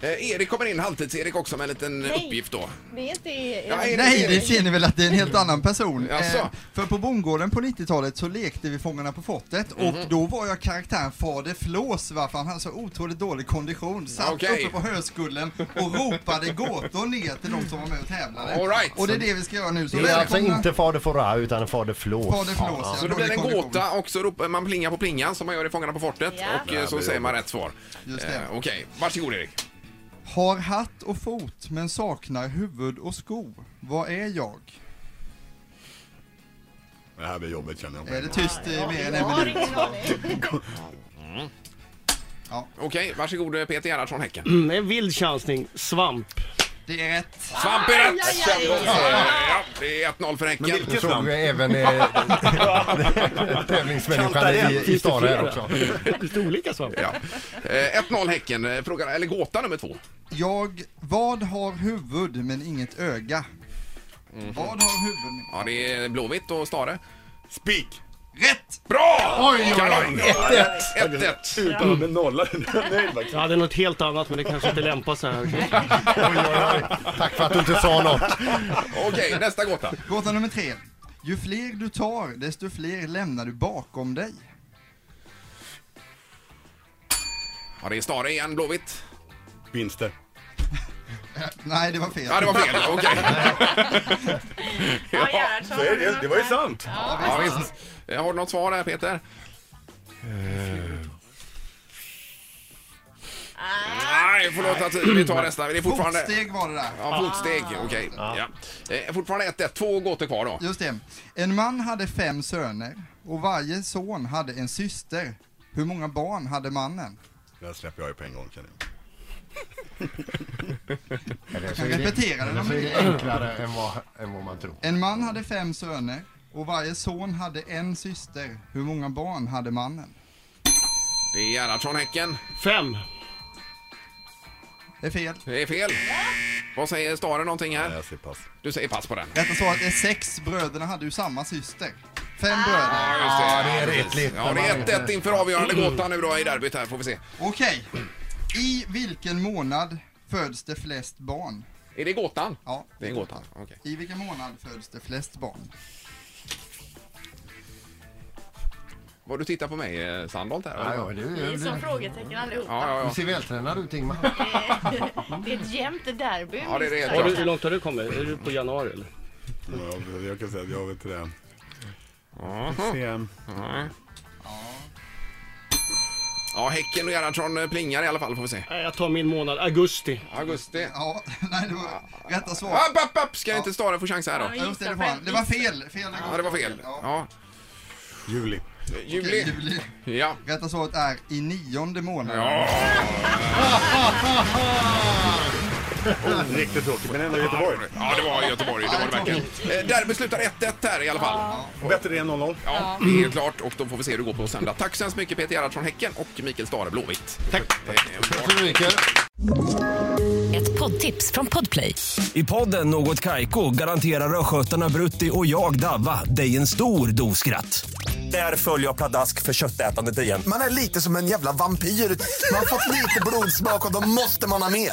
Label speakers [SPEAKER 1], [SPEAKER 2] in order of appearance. [SPEAKER 1] Eh, Erik kommer in, halvtids-Erik också med en liten
[SPEAKER 2] Nej.
[SPEAKER 1] uppgift då.
[SPEAKER 2] Det är inte er.
[SPEAKER 1] Ja, Erik,
[SPEAKER 3] Nej, det
[SPEAKER 1] Erik.
[SPEAKER 3] ser ni väl att det är en helt annan person. Eh,
[SPEAKER 1] Jaså?
[SPEAKER 3] för på bondgården på 90-talet så lekte vi Fångarna på fortet
[SPEAKER 1] Mhm.
[SPEAKER 3] och då var jag karaktären Fader Flås va, för han hade så otroligt dålig kondition. Satt
[SPEAKER 1] Okej.
[SPEAKER 3] uppe på höskullen och ropade gåtor ner till de som var med och tävlade.
[SPEAKER 1] All right.
[SPEAKER 3] Och det är det vi ska göra nu. Så
[SPEAKER 4] Det är alltså
[SPEAKER 3] välkomna.
[SPEAKER 4] inte Fader Fora utan Fader Flås.
[SPEAKER 3] Fader Flås, ja.
[SPEAKER 1] Så det blir
[SPEAKER 3] Dålig
[SPEAKER 1] en
[SPEAKER 3] kondition.
[SPEAKER 1] gåta och så ropar man plingar på plingan som man gör i Fångarna på fortet
[SPEAKER 2] Ja.
[SPEAKER 1] och eh, så säger man rätt svar.
[SPEAKER 3] Just det.
[SPEAKER 1] Eh, Okej, varsågod Erik.
[SPEAKER 3] Har hatt och fot men saknar huvud och sko. Vad är jag?
[SPEAKER 5] Det här blir jobbigt känner jag.
[SPEAKER 3] Är det tyst i mer än
[SPEAKER 2] Jag
[SPEAKER 3] en
[SPEAKER 2] har
[SPEAKER 3] minut?
[SPEAKER 2] ingen aning.
[SPEAKER 1] Okej, varsågod eh, Peter Gerhardsson, Häcken.
[SPEAKER 6] Mm, en vild chansning. Svamp.
[SPEAKER 3] Det är rätt.
[SPEAKER 1] Svamp är rätt!
[SPEAKER 2] Aj, aj, aj.
[SPEAKER 1] Ja, det är 1-0 för
[SPEAKER 5] Men
[SPEAKER 1] Häcken.
[SPEAKER 4] Nu
[SPEAKER 5] vilket
[SPEAKER 4] såg
[SPEAKER 5] namn?
[SPEAKER 4] vi även eh, tävlingsmänniskan
[SPEAKER 6] Kanta igen,
[SPEAKER 4] i, i
[SPEAKER 6] finns det
[SPEAKER 4] stan här
[SPEAKER 6] flera?
[SPEAKER 4] också.
[SPEAKER 6] Lite olika svamp.
[SPEAKER 1] Ja. Eh, 1-0 Häcken, Eh, fråga, eller gåta nummer två.
[SPEAKER 3] Jag, vad har huvud men inget öga? Vad har huvud men...
[SPEAKER 1] Ja, det är Blåvitt och Stare.
[SPEAKER 5] Spik!
[SPEAKER 3] Rätt!
[SPEAKER 1] Bra!
[SPEAKER 5] Oj, oj,
[SPEAKER 1] Kanon!
[SPEAKER 5] oj!
[SPEAKER 1] 1-1.
[SPEAKER 5] Utan att bli nollad. Nöjd faktiskt.
[SPEAKER 6] Jag hade något helt annat men det kanske inte lämpar sig här.
[SPEAKER 4] Oj, oj, oj. Tack för att du inte sa något.
[SPEAKER 1] Okej, nästa gåta.
[SPEAKER 3] Gåta nummer tre. Ju fler du tar, desto fler lämnar du bakom dig.
[SPEAKER 1] Ja, det är Stare igen, Blåvitt.
[SPEAKER 5] Vinster.
[SPEAKER 3] Nej, det var fel.
[SPEAKER 1] Ja, det var fel. Okej.
[SPEAKER 2] Ja, Gerhardsson.
[SPEAKER 5] Så är det, det var ju sant.
[SPEAKER 1] Ja, visst. Eh, Har du något svar där, Peter? Nej, förlåt att vi tar nästa. Det är fortfarande...
[SPEAKER 3] Fotsteg var det där.
[SPEAKER 1] Ja, fotsteg. Okej. Ja. Eh, Fortfarande 1-1. Två gåtor kvar då.
[SPEAKER 3] Just det. En man hade fem söner och varje son hade en syster. Hur många barn hade mannen?
[SPEAKER 5] Det här släpper jag ju på en gång känner jag.
[SPEAKER 4] Eller så
[SPEAKER 3] Jag
[SPEAKER 4] är det-
[SPEAKER 3] repeterar den
[SPEAKER 4] eller
[SPEAKER 3] om
[SPEAKER 4] så är det
[SPEAKER 3] det.
[SPEAKER 4] enklare än vad, än vad man tror.
[SPEAKER 3] En man hade fem söner och varje son hade en syster. Hur många barn hade mannen?
[SPEAKER 1] Det är Gerhardsson, Häcken.
[SPEAKER 6] Fem.
[SPEAKER 3] Det är fel.
[SPEAKER 1] Det är fel. Vad säger Stare någonting
[SPEAKER 5] Nej,
[SPEAKER 1] här?
[SPEAKER 5] jag ser pass.
[SPEAKER 1] Du säger pass på den.
[SPEAKER 3] Rätta svaret är sex. Bröderna hade ju samma syster. Fem bröder.
[SPEAKER 1] Ja, just
[SPEAKER 4] Ja, det är
[SPEAKER 1] precis.
[SPEAKER 4] retligt.
[SPEAKER 1] Ja, det är 1-1 inför avgörande gåtan nu då i derbyt här, får vi se.
[SPEAKER 3] Okej. I vilken månad föds det flest barn?
[SPEAKER 1] Är det gåtan?
[SPEAKER 3] Ja,
[SPEAKER 1] Det är gåtan. Okej.
[SPEAKER 3] I vilken månad föds det flest barn?
[SPEAKER 1] Vad du tittar på mig, eh, Sandholt här?
[SPEAKER 4] Ja,
[SPEAKER 1] eller?
[SPEAKER 4] ja, det,
[SPEAKER 2] Det är
[SPEAKER 4] det,
[SPEAKER 2] som
[SPEAKER 4] det,
[SPEAKER 2] frågetecken allihopa.
[SPEAKER 1] Ja, ja,
[SPEAKER 4] du
[SPEAKER 1] ja.
[SPEAKER 4] ser vältränad ut Ingmar.
[SPEAKER 2] Det är ett jämnt derby.
[SPEAKER 1] Ja, det är det,
[SPEAKER 2] minst
[SPEAKER 1] ja.
[SPEAKER 6] Har du,
[SPEAKER 2] sagt.
[SPEAKER 6] hur långt har du kommit? Är du på januari eller?
[SPEAKER 5] Jag, jag kan säga att jag vet inte det. Ska se.
[SPEAKER 1] Ja, Häcken och Gerhardsson eh, plingar i alla fall, får vi se.
[SPEAKER 6] Nej, Jag tar min månad, augusti.
[SPEAKER 1] Augusti.
[SPEAKER 3] Ja, nej det var rätta svar.
[SPEAKER 1] App, app, app! Ska inte Stare få chans här då?
[SPEAKER 3] Ja, just det, det, var, det var fel. fel
[SPEAKER 1] Ja, det var fel.
[SPEAKER 3] Ja.
[SPEAKER 1] Ja.
[SPEAKER 5] Juli.
[SPEAKER 3] Okej,
[SPEAKER 1] Juli.
[SPEAKER 3] juli.
[SPEAKER 1] Ja.
[SPEAKER 3] Rätta svaret är i nionde månaden.
[SPEAKER 1] Ja,
[SPEAKER 5] Riktigt tråkigt, men ändå Göteborg.
[SPEAKER 1] ja, det var Göteborg. Det var det verkligen. Eh, Derbyt slutar 1-1 här i alla fall.
[SPEAKER 5] Bättre än 0-0.
[SPEAKER 1] Ja, det är helt klart. Och då får vi se hur det går på söndag. Tack så hemskt mycket Peter Gerhardsson, Häcken och Mikael Stare, Blåvitt. Eh, Tack.
[SPEAKER 4] Så mycket.
[SPEAKER 7] Ett poddtips från Podplay.
[SPEAKER 8] I podden Något Kaiko garanterar östgötarna Brutti och jag, Davva, dig en stor dos skratt. Där följer jag pladask för köttätandet igen.
[SPEAKER 9] Man är lite som en jävla vampyr. Man har fått lite blodsmak och då måste man ha mer.